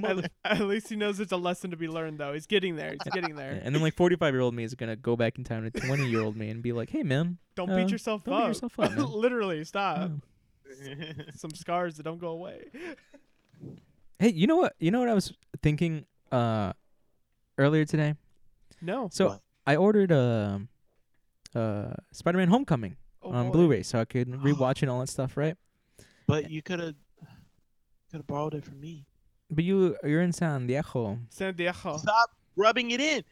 S2: mother.
S3: At, at least he knows it's a lesson to be learned, though. He's getting there. He's getting
S2: Yeah,
S3: there.
S2: And then like 45 year old me is gonna go back in time to 20 year old me and be like, hey man,
S3: Don't
S2: Uh,
S3: beat yourself
S2: don't
S3: up.
S2: beat yourself up, man.
S3: Literally, stop.
S2: Oh.
S3: Some scars that don't go away.
S2: hey, you know what? You know what I was thinking uh earlier today.
S3: No.
S2: So
S1: What?
S2: I ordered uh, uh Spider-Man: Homecoming
S3: Oh,
S2: on
S3: boy.
S2: Blu-ray so I could rewatch it and all that stuff, right?
S1: but you could have could have borrowed it from me
S2: But you you're in San Diego.
S3: San Diego.
S1: Stop rubbing it in.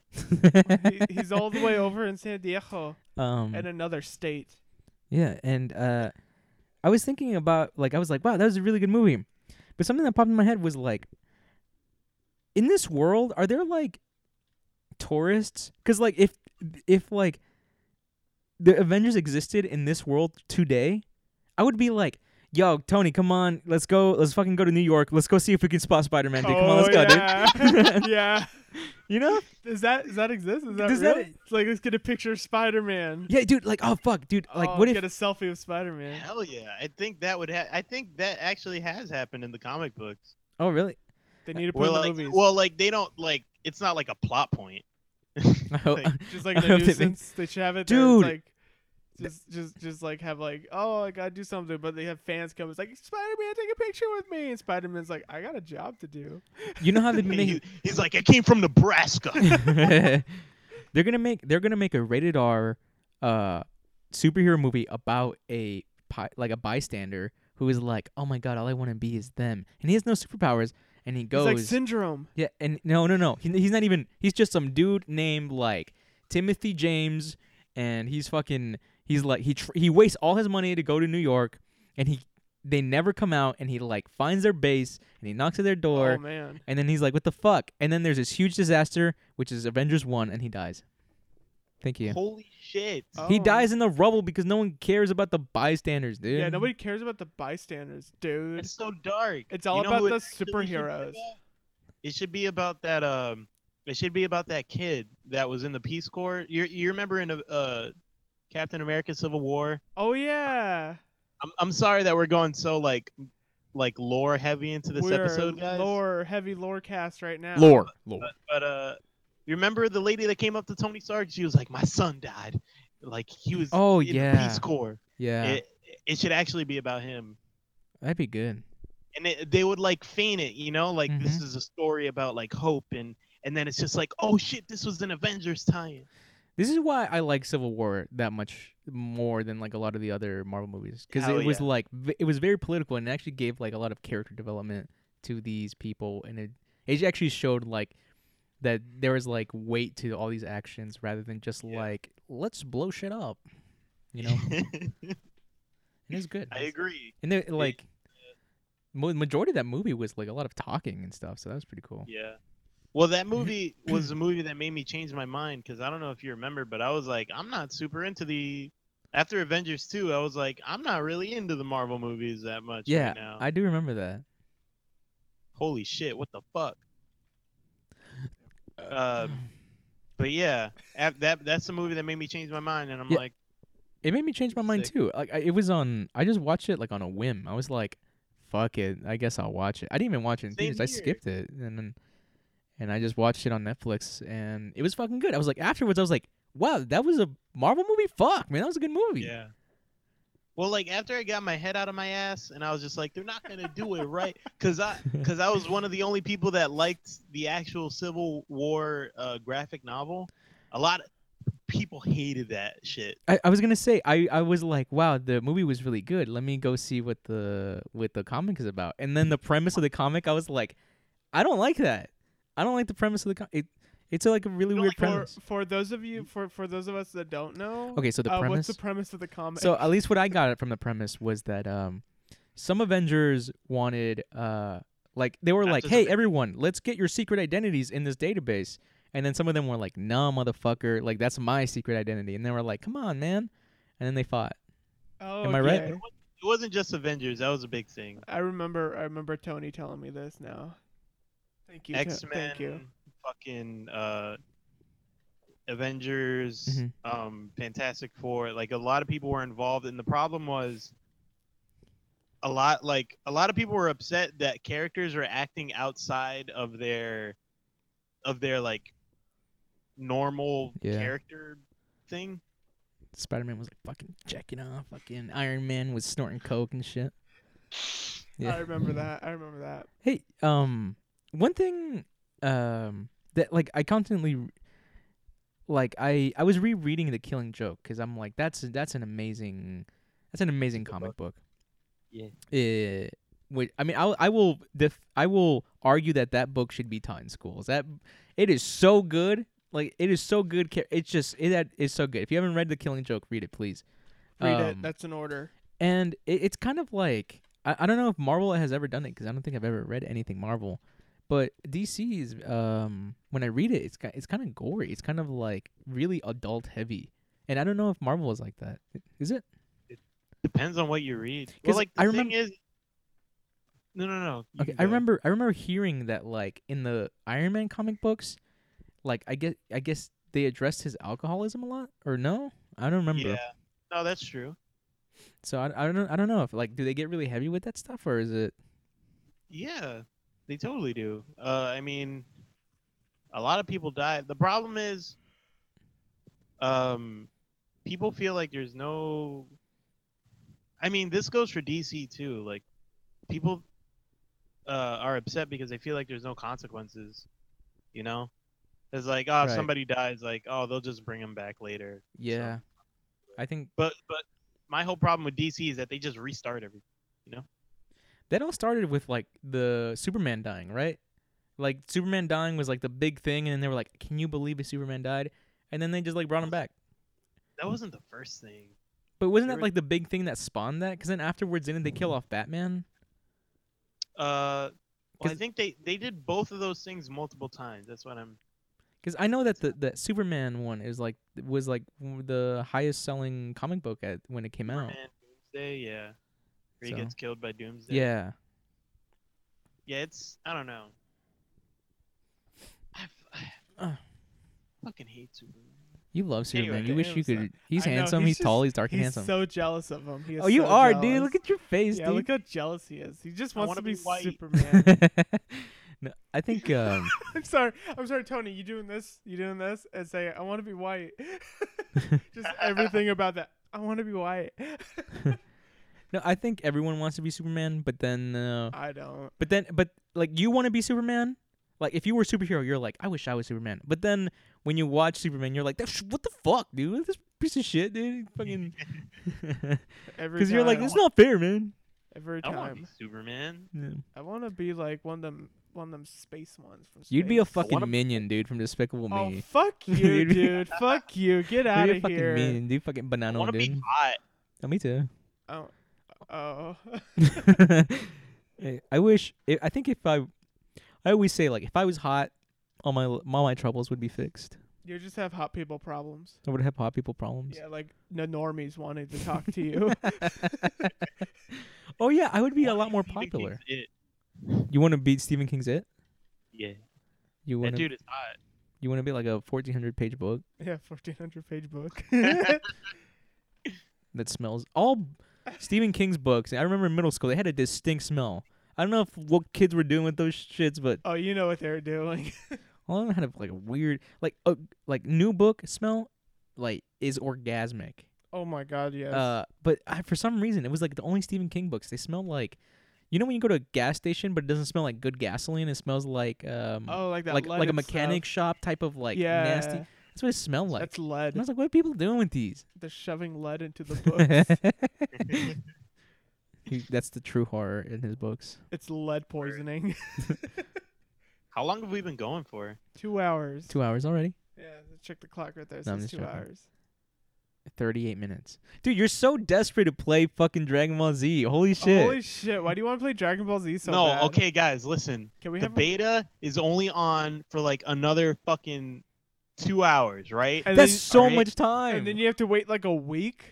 S3: He- He's all the way over in San Diego,
S2: um
S3: in another state.
S2: yeah and uh i was thinking about like i was like wow that was a really good movie but something that popped in my head was like in this world are there like tourists because like if if like the avengers existed in this world today i would be like yo tony come on let's go let's fucking go to new york let's go see if we can spot spider-man dude. come on let's go dude
S3: Oh, yeah. yeah.
S2: you know
S3: Does that does that exist? Is that
S2: Does
S3: real?
S2: that-
S3: It's like let's get a picture of Spider Man.
S2: yeah dude like oh fuck dude like what if
S3: get a selfie of Spider Man?
S1: Hell yeah! I think that would. Ha- I think that actually has happened in the comic books.
S2: oh really
S3: They need to put
S1: Well,
S3: in the
S1: like,
S3: movies.
S1: well, like they don't like. It's not like a plot point.
S2: I hope-
S3: just like
S2: I
S3: the
S2: hope they make-
S3: nuisance. They should have it. there.
S2: Dude.
S3: It's like just just just like have like oh I gotta do something, but they have fans come. It's like Spider Man, take a picture with me. And Spider Man's like I got a job to do.
S2: you know how they make
S1: He- he's like, I came from Nebraska.
S2: they're gonna make they're gonna make a rated R uh superhero movie about a pi- like a bystander who is like, oh my god, all I want to be is them, and he has no superpowers, and he
S3: It's
S2: goes,
S3: like syndrome.
S2: yeah, and no, no, no, he, he's not even he's just some dude named like Timothy James, and he's fucking. He's like he tr- he wastes all his money to go to New York, and he they never come out. And he like finds their base and he knocks at their door.
S3: oh man,
S2: And then he's like, "What the fuck?" And then there's this huge disaster, which is Avengers One, and he dies. Thank you.
S1: Holy shit!
S3: Oh.
S2: He dies in the rubble because no one cares about the bystanders, dude.
S3: yeah, nobody cares about the bystanders, dude.
S1: It's so dark.
S3: It's all
S1: You know
S3: about
S1: who
S3: the
S1: it actually should be
S3: superheroes.
S1: about? It should be about that. Um, it should be about that kid that was in the Peace Corps. You you remember in uh, Captain America: Civil War?
S3: Oh yeah,
S1: I'm I'm sorry that we're going so like like lore heavy into this
S3: we're
S1: episode, guys.
S3: lore heavy lore cast right now.
S2: Lore, lore.
S1: But uh, you remember the lady that came up to Tony Stark? She was like, "My son died." Like he was.
S2: Oh,
S1: in the
S2: yeah.
S1: Peace Corps.
S2: Yeah,
S1: It it should actually be about him.
S2: that'd be good.
S1: and it, they would like feign it, you know, like
S2: Mm-hmm.
S1: this is a story about like hope and and then it's just like, oh shit, this was an Avengers tie-in.
S2: This is why I like Civil War that much more than like a lot of the other Marvel movies because
S1: Hell
S2: it was
S1: yeah.
S2: like v- it was very political and it actually gave like a lot of character development to these people and it it actually showed like that there was like weight to all these actions rather than just
S1: Yeah.
S2: like let's blow shit up, you know. and it's good.
S1: I agree.
S2: And they like mo- majority of that movie was like a lot of talking and stuff, so that was pretty cool.
S1: Yeah. Well, that
S2: Mm-hmm.
S1: movie was a movie that made me change my mind because I don't know if you remember, but I was like, I'm not super into the. After Avengers 2, I was like, I'm not really into the Marvel movies that much
S2: Yeah,
S1: right now.
S2: I do remember that.
S1: Holy shit, what the fuck? Uh, but yeah, af- that that's the movie that made me change my mind, and I'm
S2: Yeah.
S1: like,
S2: It made me change my mind
S1: Sick.
S2: too. Like I, it was on. I just watched it like on a whim. I was like, "Fuck it, I guess I'll watch it." I didn't even watch it in
S1: Same
S2: theaters. I
S1: here.
S2: skipped it and then, and I just watched it on Netflix, and it was fucking good. I was like, afterwards, I was like, "Wow, that was a Marvel movie. Fuck, man, that was a good movie."
S1: Oh, Yeah. Well, like after I got my head out of my ass, and I was just like, they're not gonna do it right, cause I, cause I was one of the only people that liked the actual Civil War uh, graphic novel. A lot of people hated that shit.
S2: I, I was gonna say I, I was like wow the movie was really good let me go see what the what the comic is about and then the premise of the comic I was like I don't like that I don't like the premise of the comic it, it's like a really
S1: don't
S2: weird
S1: like
S3: For,
S2: premise
S3: for those of you, for for those of us that don't know,
S2: okay so the
S3: uh,
S2: premise
S3: what's the premise of the comic?
S2: so at least what I got from the premise was that um, some Avengers wanted uh, like they were
S1: Not
S2: like,
S1: just
S2: hey
S1: Avengers.
S2: everyone, let's get your secret identities in this database, and then some of them were like, nah, motherfucker, like that's my secret identity, and they were like, come on, man, and then they fought.
S3: oh,
S2: am I right?
S3: okay.
S1: It wasn't just Avengers; that was a big thing.
S3: I remember. I remember Tony telling me this now. Thank you.
S1: X
S3: X Thank you.
S1: Men, fucking uh, Avengers,
S2: Mhm.
S1: um, Fantastic Four. Like a lot of people were involved, and the problem was a lot. Like a lot of people were upset that characters were acting outside of their of their like normal
S2: Yeah.
S1: character thing.
S2: Spider Man was like fucking checking off, fucking Iron Man was snorting coke and shit. Yeah.
S3: I remember that. I remember that.
S2: Hey, um, one thing, um, that like I constantly, r- like I I was rereading The Killing Joke because I'm like that's that's an amazing, that's an amazing
S1: good
S2: comic book.
S1: Yeah.
S2: Eh, wait, I mean I I will def, I will argue that that book should be taught in schools. That it is so good. Like it is so good. ca- It's just it that is so good. If you haven't read The Killing Joke, read it please.
S3: Read
S2: Um,
S3: it. That's an order.
S2: and it, it's kind of like I, I don't know if Marvel has ever done it because I don't think I've ever read anything Marvel, but DC's um when I read it, it's ki- it's kind of gory. It's kind of like really adult heavy, and I don't know if Marvel is like that. I- Is it?
S1: Depends on what you read.
S2: 'Cause
S1: Well, like the
S2: I
S1: thing
S2: remem-
S1: is, no, no, no. you
S2: Okay,
S1: can
S2: I
S1: go.
S2: remember I remember hearing that like in the Iron Man comic books, like I guess I guess they addressed his alcoholism a lot or no? I don't remember.
S1: Yeah. No, that's true.
S2: So I, I don't know- I don't know if like do they get really heavy with that stuff or is it
S1: Yeah, they totally do. Uh, I mean, a lot of people die. The problem is, um, people feel like there's no. I mean, this goes for DC too. Like, people uh, are upset because they feel like there's no consequences. You know, it's like, oh, if
S2: Right.
S1: somebody dies, like, oh, they'll just bring him back later.
S2: yeah? I think
S1: But but my whole problem with DC is that they just restart everything.
S2: that all started with like the Superman dying, right? Like Superman dying was like the big thing, and then they were like, "Can you believe a Superman died?" And then they just like brought him back.
S1: That wasn't the first thing.
S2: But wasn't that
S1: There-
S2: like the big thing that spawned that? Because then afterwards, didn't they kill off Batman?
S1: Uh, well, I
S2: 'Cause-
S1: think they they did both of those things multiple times. That's what I'm.
S2: Because I know that the that Superman one is like was like w- the highest selling comic book at when it came out.
S1: Man, Doomsday, yeah. Where he
S2: So-
S1: gets killed by Doomsday.
S2: Yeah,
S1: Yeah, it's I don't know. I, f- I
S2: Ugh.
S1: fucking hate Superman.
S2: you love Superman.
S1: Anyway,
S2: you wish you
S3: anyway,
S2: could.
S3: so-
S2: He's
S3: I know,
S2: handsome.
S3: he's
S2: He's, tall.
S3: just-
S2: He's dark and
S3: He's
S2: handsome.
S3: so jealous of him. He is
S2: oh, you
S3: so
S2: are,
S3: jealous.
S2: dude. Look at your face,
S3: yeah,
S2: dude.
S3: look how jealous he is. He just
S1: I
S3: wants
S1: wanna
S3: to be,
S1: be white.
S3: Superman.
S2: no, I think um,
S3: I'm sorry. I'm sorry, Tony. You doing this? You doing this? And say, I want to be white. just everything about that. I want to be white.
S2: no, I think everyone wants to be Superman, but then uh,
S3: I don't.
S2: But then, but like you want to be Superman. Like if you were a superhero, you're like, I wish I was Superman. But then when you watch Superman, you're like, "That's- what the fuck, dude? This piece of shit, dude. Fucking,
S3: Every
S2: because you're like,
S3: time.
S2: it's not fair, man.
S3: Every
S1: I want to
S3: time.
S1: be Superman.
S2: Yeah.
S3: I want to be like one of them, one of them space ones from space.
S2: You'd be a
S1: wanna-
S2: fucking minion, dude, from Despicable
S3: Oh
S2: Me.
S3: fuck you,
S2: You'd be-
S3: dude! fuck you! Get
S2: You'd
S3: out
S2: be a
S3: of
S2: fucking
S3: here!
S2: minion, dude. Fucking
S1: I
S2: banana,
S1: want to
S2: dude.
S1: be hot.
S2: Oh, me too.
S3: Oh, oh.
S2: I- I wish. I I think if I, I always say like, if I was hot, all my all my troubles would be fixed.
S3: you just have hot people problems.
S2: I would have hot people problems.
S3: Yeah, like the normies wanting to talk to you.
S2: oh yeah, I would be a
S1: Wanna
S2: lot more
S1: Stephen King's
S2: popular.
S1: It.
S2: You want to beat Stephen King's It?
S1: Yeah,
S2: You
S1: that
S2: want to
S1: dude is hot.
S2: you want to be like a 1400 page book
S3: yeah, fourteen hundred page book.
S2: that smells all Stephen King's books. I remember in middle school they had a distinct smell. I don't know if what kids were doing with those shits, but
S3: oh, you know what they're doing.
S2: all of them had a, like a weird like a like new book smell like is orgasmic.
S3: Oh my god, yes.
S2: Uh, but I, for some reason it was like the only Stephen King books they smelled like you know when you go to a gas station but it doesn't smell like good gasoline it smells like um
S3: oh, like that.
S2: like like a
S3: leaded
S2: mechanic
S3: stuff.
S2: shop type of like
S3: yeah,
S2: nasty that's what it smelled like
S3: that's lead.
S2: And I was like, what are people doing with these?
S3: they're shoving lead into the books.
S2: He- that's the true horror in his books.
S3: it's lead poisoning.
S1: How long have we been going for?
S3: two hours.
S2: Two hours already.
S3: Yeah, check the clock right there. It
S2: No, I'm just
S3: says two
S2: joking.
S3: hours.
S2: 38 minutes. Dude, you're so desperate to play fucking Dragon Ball Z. Holy shit.
S3: Holy shit! Why do you want to play Dragon Ball Z so
S1: no,
S3: bad?
S1: okay, guys, listen.
S3: Can we
S1: the
S3: have a-
S1: beta is only on for like another fucking two hours, right?
S3: and
S2: that's
S3: then-
S2: so
S1: alright.
S2: much time.
S3: And then you have to wait like a week.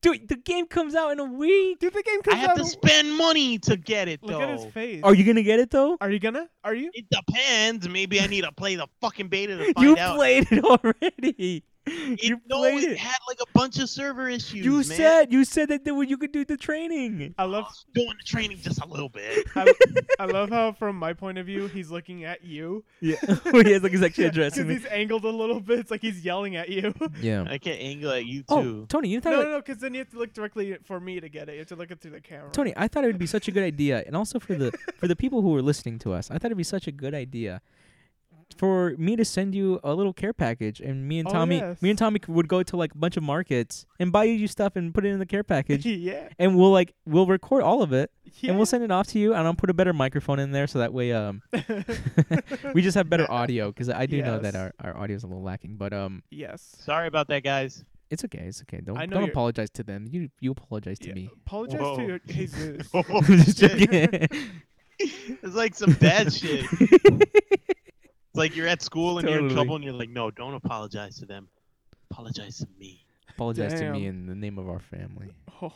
S2: Dude, the game comes out in a week.
S3: Dude, the game comes
S1: I have
S3: out.
S1: to spend money to get it
S3: look
S1: though.
S3: at his face.
S2: Are you going to get it, though?
S3: Are you gonna? Are you?
S1: It depends. Maybe I need to play the fucking beta to find
S2: You
S1: out.
S2: played it already.
S1: it,
S2: you
S1: no,
S2: played
S1: it
S2: it.
S1: had like a bunch of server issues.
S2: You
S1: man.
S2: said you said that there were- you could do the training.
S3: I
S1: I
S3: love.
S1: was doing the training just a little bit.
S3: I, I love how, from my point of view, he's looking at you.
S2: Yeah. he has like his actually
S3: Yeah,
S2: addressing me.
S3: he's angled a little bit. It's like he's yelling at you.
S2: Yeah.
S1: I can't angle at you
S2: Oh,
S1: too.
S2: Tony, you thought
S3: no,
S2: about-
S3: no, no, because then you have to look directly at- for me to get it. You have to look it through the camera.
S2: Tony, I thought it would be such a good idea, and also for the for the people who are listening to us, I thought it'd be such a good idea for me to send you a little care package, and me and
S3: Oh,
S2: Tommy,
S3: yes.
S2: me and Tommy c- would go to like a bunch of markets and buy you stuff and put it in the care package,
S3: yeah,
S2: and we'll like we'll record all of it,
S3: yeah.
S2: and we'll send it off to you, and I'll put a better microphone in there so that way um we just have better audio because I do know that
S3: Yes.
S2: our our audio is a little lacking, but um
S3: yes.
S1: Sorry about that, guys.
S2: it's okay, it's okay. Don't
S3: I know
S2: don't
S3: you're-
S2: apologize to them. You you apologize to
S3: Yeah,
S2: me.
S3: Apologize
S1: Whoa.
S3: to your- Jesus.
S1: Oh,
S2: Just
S1: shit.
S2: joking.
S1: It's like some bad shit. It's like you're at school and you're in
S2: Totally.
S1: trouble and you're like, no, don't apologize to them. Apologize to me.
S2: apologize to me
S3: Damn.
S2: in the name of our family. For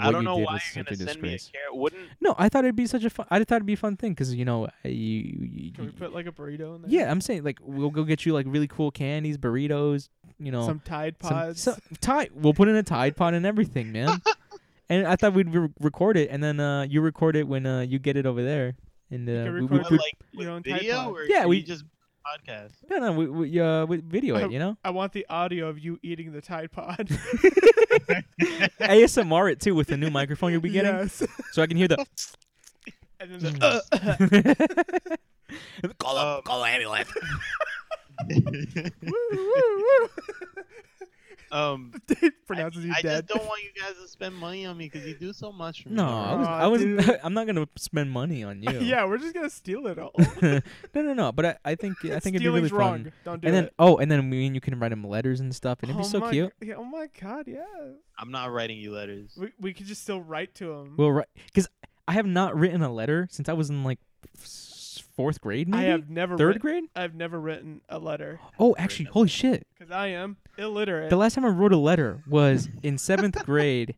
S1: I
S2: what
S1: don't
S2: you
S1: know
S2: did
S1: why
S2: was
S1: you're
S2: such
S1: gonna
S2: a
S1: send me a
S2: disgrace.
S1: carrot. Wouldn't
S2: No, I thought it'd be such a fun. I thought it'd be a fun thing because you know I- you. you,
S3: Can we
S2: you-
S3: put like a burrito in there?
S2: yeah, I'm saying like we'll go get you like really cool candies, burritos. You know,
S3: Some Tide
S2: some-
S3: Pods.
S2: so- Tide. We'll put in a Tide Pod and everything, man. and I thought we'd re- record it, and then uh, you record it when uh, you get it over there. And uh,
S3: can
S2: we,
S3: record
S2: we,
S1: but,
S3: it
S2: we-
S1: like
S3: your own
S1: with
S3: Tide
S1: video
S3: Pod.
S1: or
S2: Yeah,
S1: can
S2: we-
S1: you just podcast?
S2: no, no, we, we uh, we video it. You know,
S3: I want the audio of you eating the Tide Pod.
S2: ASMR it too with the new microphone you'll be getting,
S3: Yes.
S2: so I can hear the.
S3: And then the,
S2: call
S1: up- Um,
S2: call ambulance.
S3: woo, woo, woo.
S1: Um,
S3: Pronounces
S1: I,
S3: you
S1: I
S3: dead.
S1: just don't want you guys to spend money on me because you do so much for me.
S2: No,
S1: bro.
S2: I was,
S3: Aw,
S2: I was
S3: dude.
S2: I'm not gonna spend money on you.
S3: yeah, we're just gonna steal it all.
S2: no, no, no. But I, I think I think it'd be really
S3: Stealing's wrong.
S2: fun.
S3: Don't do
S2: And then
S3: it.
S2: oh, and then me and you can write him letters and stuff, and it'd be
S3: oh
S2: so
S3: my,
S2: cute.
S3: g- yeah, oh my god, yeah.
S1: I'm not writing you letters.
S3: We, we could just still write to him.
S2: Well, right, because I have not written a letter since I was in like s- fourth grade,
S3: I
S2: maybe
S3: have never
S2: third
S3: writ-
S2: grade.
S3: I've never written a letter
S2: Oh, actually, holy shit!
S3: because I am illiterate.
S2: The last time I wrote a letter was in seventh grade.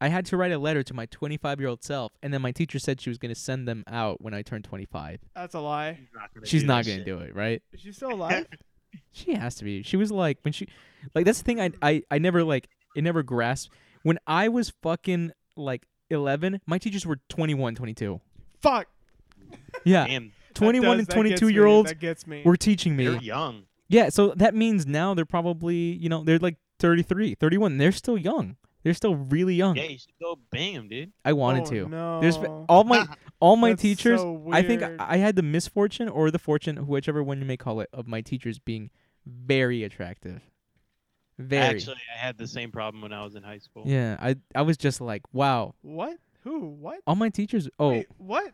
S2: I had to write a letter to my 25 year old self, and then my teacher said she was gonna send them out when I turned 25.
S3: That's a lie.
S1: She's not gonna
S2: She's
S1: do
S2: not
S1: that
S2: gonna
S1: shit.
S2: do it, right?
S3: Is she still alive?
S2: She has to be. She was like when she like that's the thing I I, I never like it never grasped. When I was fucking like 11, my teachers were 21, 22.
S3: Fuck.
S2: Yeah.
S1: Damn,
S2: 21
S3: That
S2: and
S3: does- that gets
S2: 22
S3: me,
S2: year olds
S3: That gets me.
S2: were teaching
S1: they're
S2: me.
S1: young.
S2: Yeah, so that means now they're probably, you know, they're like 33, 31. They're still young. They're still really young.
S1: Yeah, you should go bang 'em, dude.
S2: I wanted
S3: Oh,
S2: to.
S3: No.
S2: There's all my all my
S3: That's
S2: teachers
S3: so
S2: I think
S3: weird.
S2: I had the misfortune or the fortune, whichever one you may call it, of my teachers being very attractive. Very.
S1: Actually, I had the same problem when I was in high school.
S2: Yeah, I I was just like, wow.
S3: what? Who? What?
S2: All my teachers. Oh,
S3: Wait, what?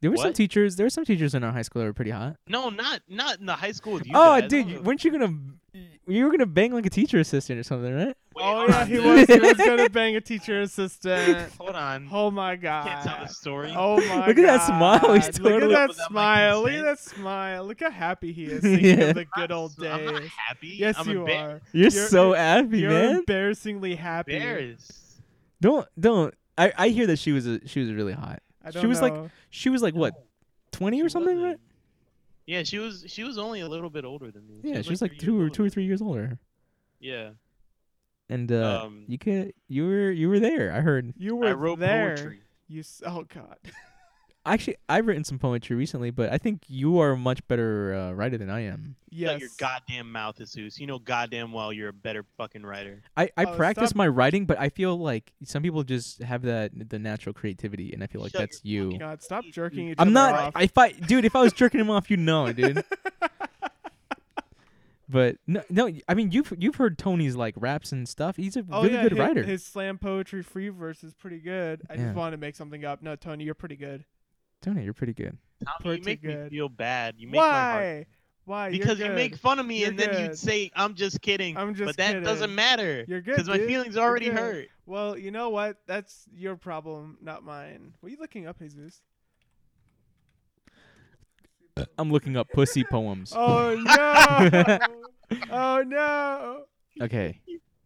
S2: there were some
S1: what?
S2: teachers. There were some teachers in our high school that were pretty hot.
S1: No, not not in the high school with you.
S2: oh,
S1: guys.
S2: dude, you,
S1: Wait,
S2: weren't you gonna? You were gonna bang like a teacher assistant or something, right?
S3: oh
S1: hold
S3: yeah,
S1: on,
S3: he
S1: dude.
S3: was. He was gonna bang a teacher assistant.
S1: Hold on.
S3: Oh my
S1: Can't tell the
S3: god.
S1: story.
S3: Oh my
S2: Look at that smile. He's
S3: God.
S2: totally-
S3: Look at
S1: Was
S3: that
S1: that my
S3: smile. Look at
S1: consent?
S3: that smile. Look how happy he is. Thinking
S2: Yeah.
S3: of the good old
S1: So I'm not
S3: days.
S1: happy.
S3: Yes,
S1: I'm
S3: you
S1: embar-
S3: are.
S2: You're,
S3: You're-
S2: so happy,
S3: You're
S2: man.
S3: embarrassingly happy.
S1: Embarrassed.
S2: Don't don't. I I hear that she was a, she was really hot.
S3: I
S2: She
S3: don't
S2: was like-
S3: know.
S2: She was like what, twenty or
S1: She
S2: something, right?
S1: wasn't. Yeah, she was. She was only a little bit older than me.
S2: Yeah, she was like
S1: three years
S2: two or two or
S1: older.
S2: three years older.
S1: Yeah.
S2: And uh,
S1: Um,
S2: you could you were you were there. I heard.
S3: you were
S1: I wrote
S3: there.
S1: poetry.
S3: You s- oh god.
S2: Actually, I've written some poetry recently, but I think you are a much better uh, writer than I am.
S3: Yes.
S1: Shut your goddamn mouth, Jesus. You know goddamn well you're a better fucking writer.
S2: I, I
S3: Oh,
S2: practice
S3: stop.
S2: my writing, but I feel like some people just have that the natural creativity, and I feel like
S1: Shut
S2: that's
S1: your
S2: you.
S3: God, stop jerking each
S2: I'm
S3: other
S2: not.
S3: off.
S2: I, if I, dude, if I was jerking him off, you know, dude. But no, no. I mean, you've you've heard Tony's like raps and stuff. He's a
S3: Oh
S2: really
S3: yeah,
S2: good
S3: his,
S2: writer.
S3: His slam poetry free verse is pretty good. I
S2: Yeah.
S3: just wanted to make something up. No, Tony, you're pretty good.
S2: Tony, you're pretty good.
S1: Tommy, you
S3: Pretty
S1: make
S3: good.
S1: me feel bad. You make my heart.
S3: Why? Why? You're
S1: Because you
S3: good.
S1: make fun of me
S3: You're
S1: and then
S3: good.
S1: you'd say I'm just kidding.
S3: I'm just
S1: but that doesn't
S3: kidding.
S1: matter.
S3: You're good.
S1: Because my
S3: dude.
S1: feelings already
S3: good.
S1: hurt.
S3: Well, you know what? That's your problem, not mine. What are you looking up, Jesus?
S2: I'm looking up pussy poems.
S3: Oh no! oh no!
S2: Okay,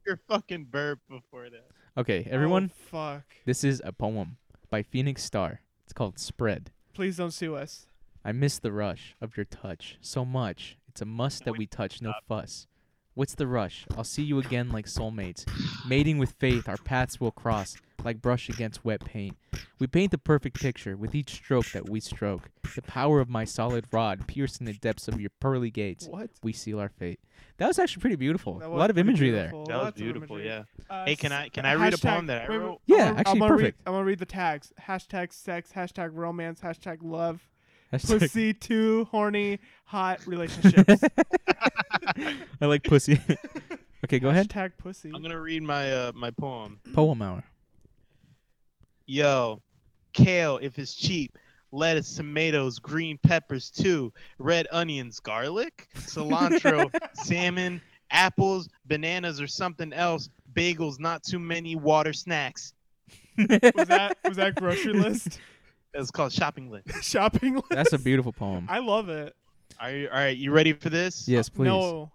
S1: Your fucking burp before that.
S2: okay, everyone.
S3: Oh, fuck!
S2: This is a poem by Phoenix Star. It's called Spread.
S3: Please don't sue us.
S2: I miss the rush of your touch so much. It's a must that we touch, no fuss. What's the rush? I'll see you again like soulmates. Mating with faith, our paths will cross like brush against wet paint. We paint the perfect picture with each stroke that we stroke. The power of my solid rod piercing the depths of your pearly gates.
S3: What?
S2: We seal our fate. That was actually pretty beautiful.
S3: That
S2: A
S3: was
S2: lot of
S3: pretty
S2: imagery
S3: beautiful.
S1: That was
S3: Lots of
S1: beautiful,
S3: imagery.
S1: yeah.
S3: Uh,
S1: Hey, can
S3: s-
S1: I can I read a poem
S3: hashtag-
S1: that I
S3: wait, wait,
S1: wrote?
S2: Yeah,
S3: I'm gonna-
S2: actually
S3: I'm gonna
S2: perfect.
S3: Read, I'm gonna read the tags: hashtag sex, hashtag romance, hashtag love,
S2: there.
S3: pussy two horny hot relationships.
S2: I like pussy. okay, go ahead.
S3: Hashtag pussy.
S1: I'm gonna read my uh, my poem.
S2: Poem hour.
S1: Yo, kale if it's cheap, lettuce, tomatoes, green peppers too, red onions, garlic, cilantro, salmon, apples, bananas or something else, bagels, not too many, water snacks.
S3: was that was that grocery list?
S1: That's called shopping list.
S3: Shopping list.
S2: That's a beautiful poem.
S3: I love it.
S1: Are you all right? You ready for this?
S2: Yes, please.
S3: No.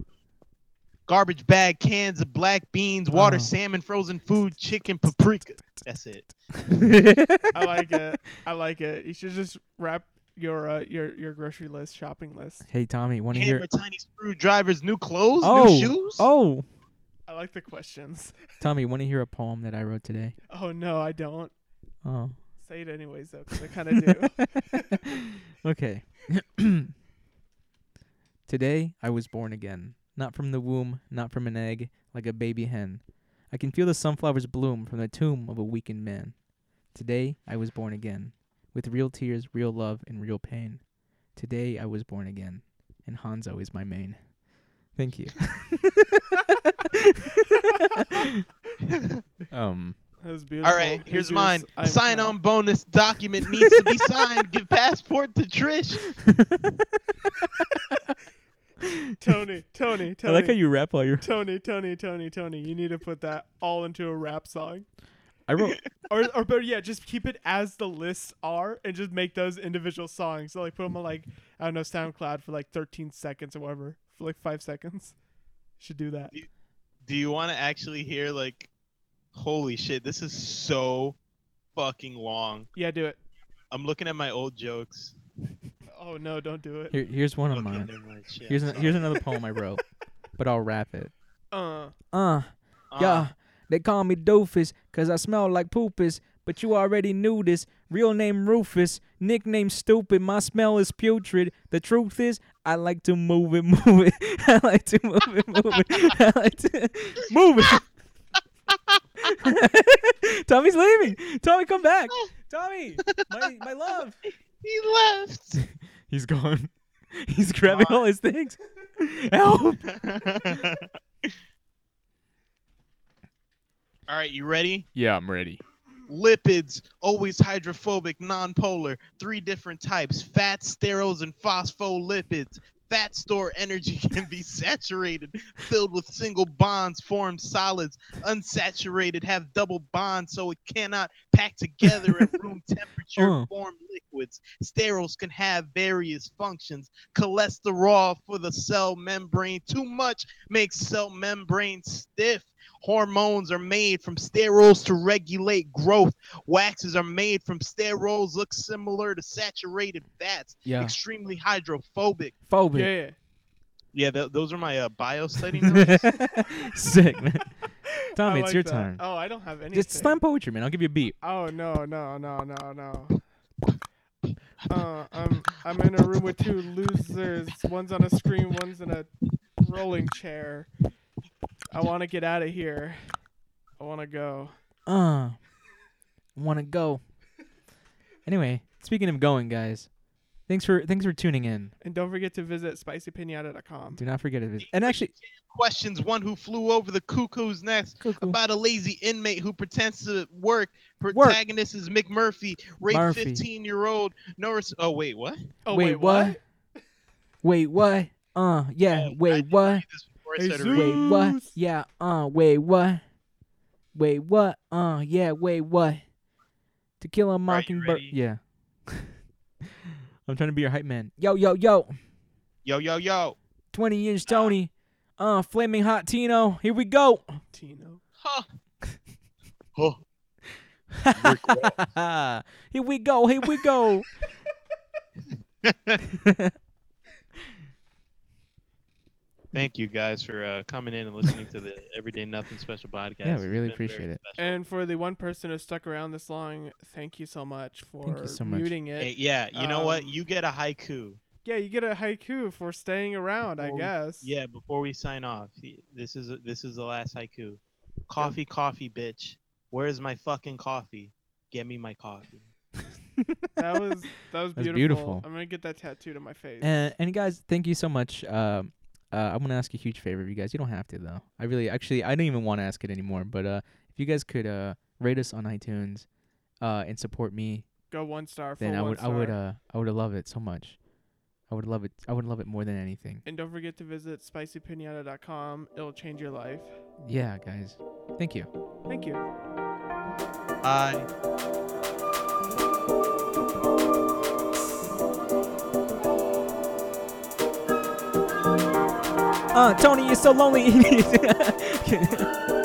S1: Garbage bag, cans of black beans, water,
S2: Oh.
S1: salmon, frozen food, chicken, paprika. That's it.
S3: I like it. I like it. You should just wrap your uh, your your grocery list shopping list.
S2: hey Tommy, want to hear?
S1: Hammer, tiny screwdrivers, new clothes,
S2: Oh,
S1: new shoes.
S2: oh,
S3: I like the questions.
S2: Tommy, want to hear a poem that I wrote today?
S3: Oh no, I don't.
S2: Oh,
S3: Say it anyways though, 'cause I kind of do.
S2: okay. today I was born again, not from the womb, not from an egg, like a baby hen. I can feel the sunflowers bloom from the tomb of a weakened man. Today I was born again, with real tears, real love, and real pain. Today I was born again, and Hanzo is my main. Thank you. um,
S3: That was beautiful.
S1: All right,
S3: Thank
S1: here's
S3: you.
S1: mine.
S3: I'm
S1: Sign
S3: proud.
S1: on bonus document needs to be signed. Give passport to Trish.
S3: Tony, Tony,
S2: I
S3: Tony.
S2: like how you rap while you're.
S3: Tony, Tony, Tony, Tony. You need to put that all into a rap song.
S2: I wrote.
S3: Or, or better yet, just keep it as the lists are and just make those individual songs. So, like, put them on, like, I don't know, SoundCloud for like 13 seconds or whatever, for like five seconds. Should do that.
S1: Do you want to actually hear like, holy shit, this is so fucking long.
S3: Yeah, do it.
S1: I'm looking at my old jokes.
S3: Oh, no, don't do it.
S2: Here, here's one of
S1: Okay,
S2: mine.
S1: never mind, shit,
S2: Here's
S1: I'm
S2: an,
S1: sorry.
S2: here's another poem I wrote, but I'll rap it.
S3: Uh,
S2: Uh,
S1: Uh,
S2: yeah. They call me doofus cause I smell like poopus, but you already knew this. Real name Rufus, nickname stupid. My smell is putrid. The truth is, I like to move it, move it. I like to move it, move it. I like to move it. Tommy's leaving. Tommy, come back. Tommy, my my love.
S1: He left.
S2: He's gone. He's grabbing all his things. Help.
S1: All right, you ready?
S2: Yeah, I'm ready.
S1: Lipids, always hydrophobic, nonpolar, three different types fats, sterols, and phospholipids. Fat store energy can be saturated, filled with single bonds, form solids. Unsaturated have double bonds, so it cannot pack together at room temperature,
S2: Uh.
S1: form liquids. Sterols can have various functions. Cholesterol for the cell membrane, too much makes cell membrane stiff. Hormones are made from sterols to regulate growth. Waxes are made from sterols, look similar to saturated fats.
S2: Yeah.
S1: Extremely hydrophobic.
S2: Phobic.
S3: yeah, yeah.
S1: Yeah, th- those are my uh, bio study notes.
S2: Sick, man. Tommy,
S3: I
S2: it's
S3: like
S2: your
S3: that.
S2: time.
S3: Oh, I don't have anything.
S2: Just slam poetry, man. I'll give you a beat.
S3: Oh no no no no no. Uh, I'm I'm in a room with two losers. One's on a screen, one's in a rolling chair. I want to get out of here. I want to go.
S2: Uh, wanna go. Anyway, speaking of going, guys, thanks for thanks for tuning in.
S3: And don't forget to visit spicypinata.com.
S2: Do not forget to visit. And actually,
S1: Questions one who flew over the cuckoo's nest
S2: cuckoo.
S1: about a lazy inmate who pretends to work. Protagonist is McMurphy, raped
S2: Murphy.
S1: 15 year old Norris. Oh, wait, what?
S3: Oh
S2: wait, what? Wait, what? Uh, yeah.
S1: Oh, I
S2: Wait,
S1: didn't
S2: what?
S1: read this before I
S3: Hey,
S1: said it right.
S3: Zeus.
S2: Wait, what?
S3: Zeus.
S2: Yeah. Uh, wait, what? Wait, what? Uh, yeah. Wait, what? To kill a
S1: Right, you
S2: mockingbird.
S1: ready?
S2: yeah. I'm trying to be your hype man. Yo, yo, yo.
S1: Yo, yo, yo.
S2: 20 inch Tony. Uh, flaming hot Tino. Here we go.
S3: Tino.
S1: Huh. Huh.
S2: here we go. Here we go.
S1: Thank you guys for uh, coming in and listening to the Everyday Nothing Special podcast.
S2: Yeah, we really
S1: It's been very
S2: appreciate it.
S1: special.
S3: And for the one person who stuck around this long, thank you so much for
S2: Thank you so much.
S3: muting it.
S1: Hey, yeah, you know what?
S3: Um,
S1: You get a haiku.
S3: Yeah, you get a haiku for staying around, I
S1: Well,
S3: guess.
S1: Yeah, before we sign off, y- this is this is the last haiku. Coffee, coffee, bitch. Where is my fucking coffee? Get me my coffee.
S3: That was that
S2: That's
S3: was beautiful.
S2: beautiful. Eh,
S3: I'm gonna get that tattooed on my face.
S2: and, Uh, and guys, thank you so much. Um, uh, I'm gonna ask a huge favor of you guys. You don't have to though. I really, actually, I don't even want to ask it anymore. But uh, if you guys could uh rate us on iTunes, uh, and support me,
S3: Go one star for
S2: then I
S3: one
S2: would, I
S3: star.
S2: would, uh, I would love it so much. I would love it. I would love it more than anything.
S3: And don't forget to visit spicypinata.com. It'll change your life.
S2: Yeah, guys. Thank you.
S3: Thank you.
S1: Bye.
S2: Uh, Tony, you're so lonely.